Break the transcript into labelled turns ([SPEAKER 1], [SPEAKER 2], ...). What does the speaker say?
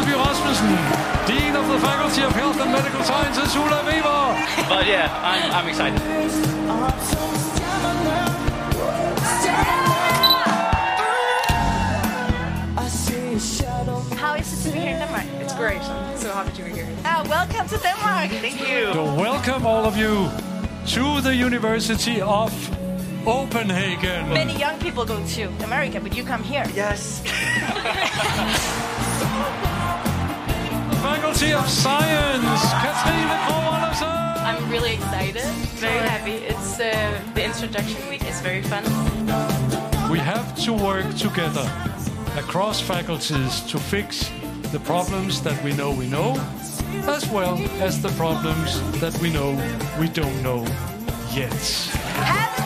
[SPEAKER 1] Division, Dean of the Faculty of Health and Medical Sciences, Ula Weber.
[SPEAKER 2] But yeah, I'm, I'm excited.
[SPEAKER 3] How is it to be here in Denmark?
[SPEAKER 4] It's great. I'm so happy to be here.
[SPEAKER 3] Ah, welcome to Denmark.
[SPEAKER 2] Thank you.
[SPEAKER 1] So welcome all of you to the University of Copenhagen.
[SPEAKER 3] Many young people go to America, but you come here.
[SPEAKER 2] Yes.
[SPEAKER 1] Faculty of Science, Katrine Krogh Andersen.
[SPEAKER 4] I'm really excited. Very happy. It's uh, the introduction week is very fun.
[SPEAKER 1] We have to work together across faculties to fix the problems that we know we know, as well as the problems that we know we don't know yet.
[SPEAKER 3] And